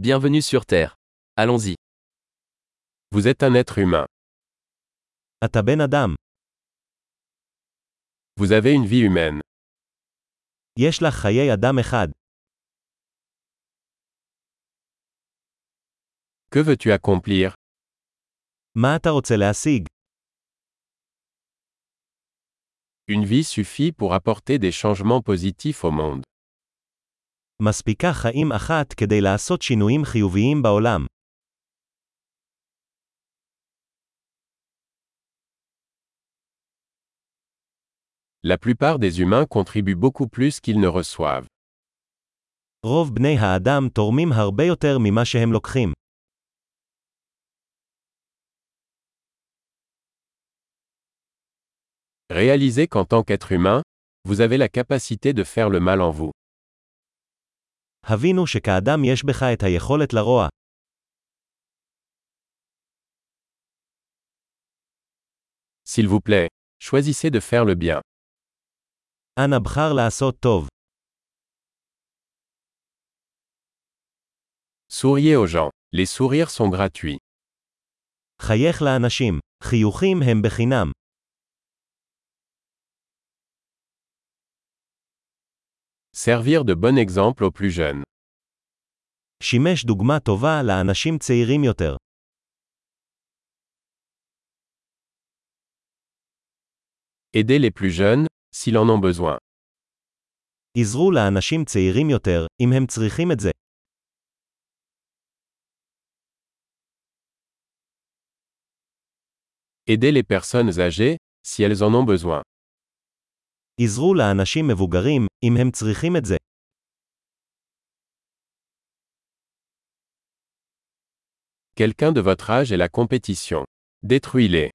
Bienvenue sur Terre. Allons-y. Vous êtes un être humain. אתה בן אדם. Vous avez une vie humaine. יש לך חיי אדם אחד. Que veux-tu accomplir מה אתה רוצה להשיג? Une vie suffit pour apporter des changements positifs au monde. מספיקה חיים אחת כדי לעשות שינויים חיוביים בעולם. La plupart des humains contribuent beaucoup plus qu'ils ne reçoivent. רוב בני האדם תורמים הרבה יותר ממה שהם לוקחים. Réalisez qu'en tant qu'être humain, vous avez la capacité de faire le mal en vous. הבינו שכאדם יש בך את היכולת לרוע. S'il vous plaît, choisissez de faire le bien. אנא בחר לעשות טוב. Souriez aux gens. Les sourires sont gratuits. חייך לאנשים. חיוכים הם בחינם. Servir de bon exemple aux plus jeunes. שימש דוגמה טובה לאנשים צעירים יותר. Aidez les plus jeunes, s'ils en ont besoin. עזרו לאנשים צעירים יותר, אם הם צריכים את זה. Aidez les personnes âgées, si elles en ont besoin. עזרו לאנשים מבוגרים, אם הם צריכים את זה. Quelqu'un de votre âge est la compétition. Détruis-les.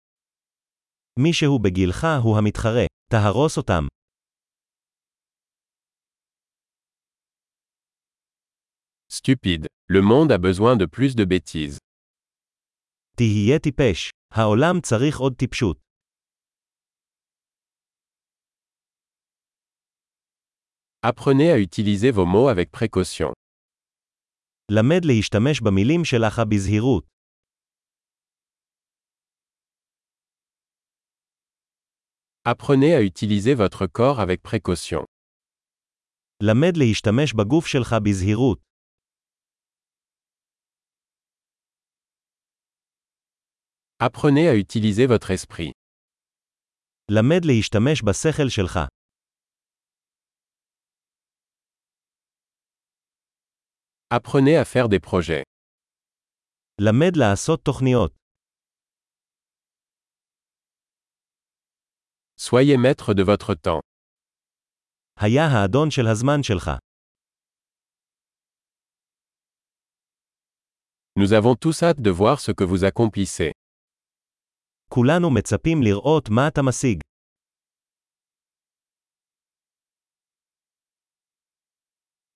מישהו בגילך הוא המתחרה. תהרוס אותם. Stupide. Le monde a besoin de plus de bêtises. תהיה טיפש. העולם צריך עוד טיפשות. Apprenez à utiliser vos mots avec précaution. למד להשתמש במילים שלך בזהירות. Apprenez à utiliser votre corps avec précaution. למד להשתמש בגוף שלך בזהירות. Apprenez à utiliser votre esprit. למד להשתמש בשכל שלך. Apprenez à faire des projets. למד לעשות תוכניות. Soyez maître de votre temps. היה האדון של הזמן שלך. Nous avons tous hâte de voir ce que vous accomplissez. כולנו מצפים לראות מה אתה משיג.